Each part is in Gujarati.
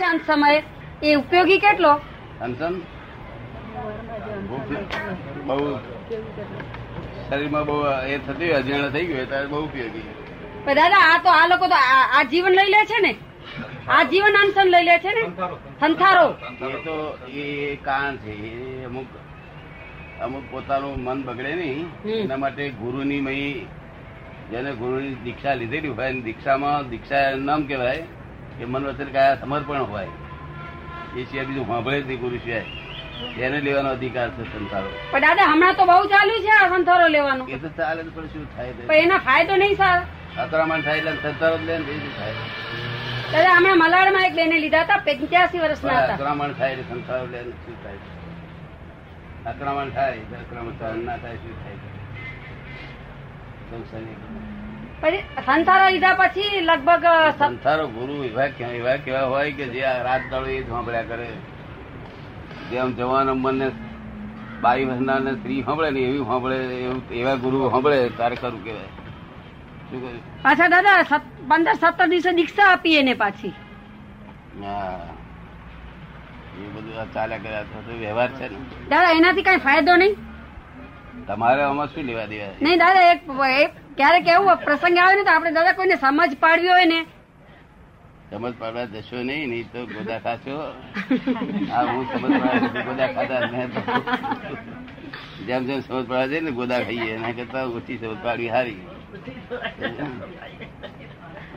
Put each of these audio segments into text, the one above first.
શાંત સમયે એ ઉપયોગી કેટલો સમસમ બહુ શરીરમાં બહુ એ થતી હોય અજાણ થઈ ગયું હોય ત્યારે બહુ ઉપયોગી પણ દાદા આ તો આ લોકો તો આ આ જીવન લઈ લે છે ને આ જીવન અનશન લઈ લે છે ને સંથારો એ તો એ કારણ છે એ અમુક અમુક પોતાનું મન બગડે નહીં હમ. એના માટે ગુરુની મય જેને ગુરુની દીક્ષા લીધેલી હોય અને દીક્ષામાં દીક્ષા એનું નામ કહેવાય કે મન વચન કાયા સમર્પણ હોય એ સિવાય બીજું સાંભળે જ નહીં ગુરુ સિવાય એને લેવાનો અધિકાર છે સંસારો પણ દાદા હમણાં તો બહુ ચાલ્યું છે આ સંથારો લેવાનો એ તો ચાલે જ પણ શું થાય પણ એના ફાયદો નહીં સારો અથડામણ થાય એટલે સંસારો જ લે ને બીજું શું થાય દાદા હમણાં મલાડમાં એક બેને લીધા હતા પંચ્યાસી વર્ષના હતા આક્રમણ થાય એટલે સંસારો લે ને શું થાય આક્રમણ થાય એટલે આક્રમણ સહન ના થાય શું થાય સંસારી. પછી સંથારો લીધા પછી લગભગ અ, સ- સંસારો ગુરુ એવા કે- એવા કેવા હોય કે જે આ રાત દાડો એ જ સાંભળ્યા કરે જેમ જવાન અમને બાઈ વસનાર ને સ્ત્રી સાંભળે ને એવી સાંભળે એવું એવા ગુરુ સાંભળે તારે ખરું કહેવાય શું કહ્યું પાછા દાદા સત- પંદર સત્તર દિવસે દીક્ષા આપી એને પાછી હા એ બધું આ ચાલ્યા કર્યા તો તો વ્યવહાર છે ને દાદા એનાથી કઈ ફાયદો નહીં તમારે આમાં શું લેવા દેવા છે? નહીં દાદા એક એક ક્યારેક એવું પ્રસંગ આવે ને તો આપણે દાદા કોઈને સમજ પાડવી હોય ને સમજ પાડવા જશો નહીં નહીં તો ગોદા ખાશો આ હું સમજ પાડવા જતો ગોદા ખાતા જ નહીં હતો. જેમ જેમ સમજ પાડવા જઈએ ને ગોદા ખાઈએ એના કરતા ઓછી સમજ પાડવી હારી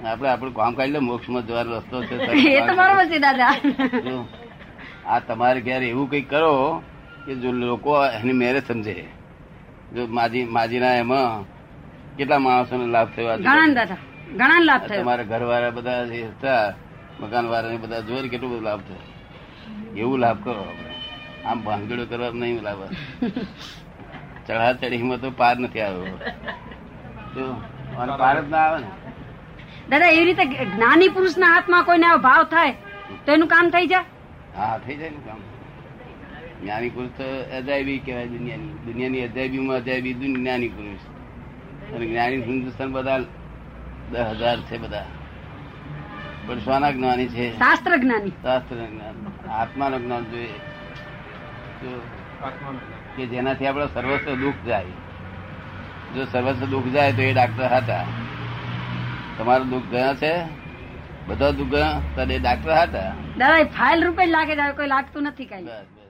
આપણે આપણું કામ કાઢી લે મોક્ષમાં જવાનો રસ્તો છે એ તો બરોબર છે દાદા જો, આ તમારે ઘેર એવું કંઈક કરો કે જો લોકો એની મેરે સમજે જો માજી માજીના એમાં કેટલા માણસોને લાભ થયો આજુ- ઘણા દાદા ઘણા લાભ થયો તમારા ઘરવાળા બધા જે હતા મકાન વાળા બધા જોઈને કેટલું બધું લાભ થયો એવું લાભ કરો આપણે આમ ભાંગડો કરવા નહીં લાભ ચઢા ચઢીમાં તો પાર નથી આવ્યો જો અને પાર જ ના આવે ને દાદા એવી રીતે જ્ઞાની પુરુષના હાથમાં કોઈને આવો ભાવ થાય તો એનું કામ થઈ જાય હા થઈ જાય ને કામ જ્ઞાની પુરુષ તો અજાયબી કહેવાય દુનિયાની દુનિયાની અજાયબીમાં અજાયબી દુન- જ્ઞાની પુરુષ અને જ્ઞાની હિન્દુસ્તાન બધા દસ હજાર છે બધા પણ શાના જ્ઞાની છે શાસ્ત્ર જ્ઞાની શાસ્ત્ર જ્ઞાન આત્માનું જ્ઞાન જોઈએ જો કે જેનાથી આપણો સર્વસ્વ દુઃખ જાય જો સર્વસ્વ દુઃખ જાય તો એ ડાક્ટર હતા તમારું દુઃખ ગયા છે બધા દુઃખ ગયા તો એ ડાક્ટર હતા દાદા એ ફાઇલ રૂપે જ લાગે દાદા કોઈ લાગતું નથી કઈ બસ બસ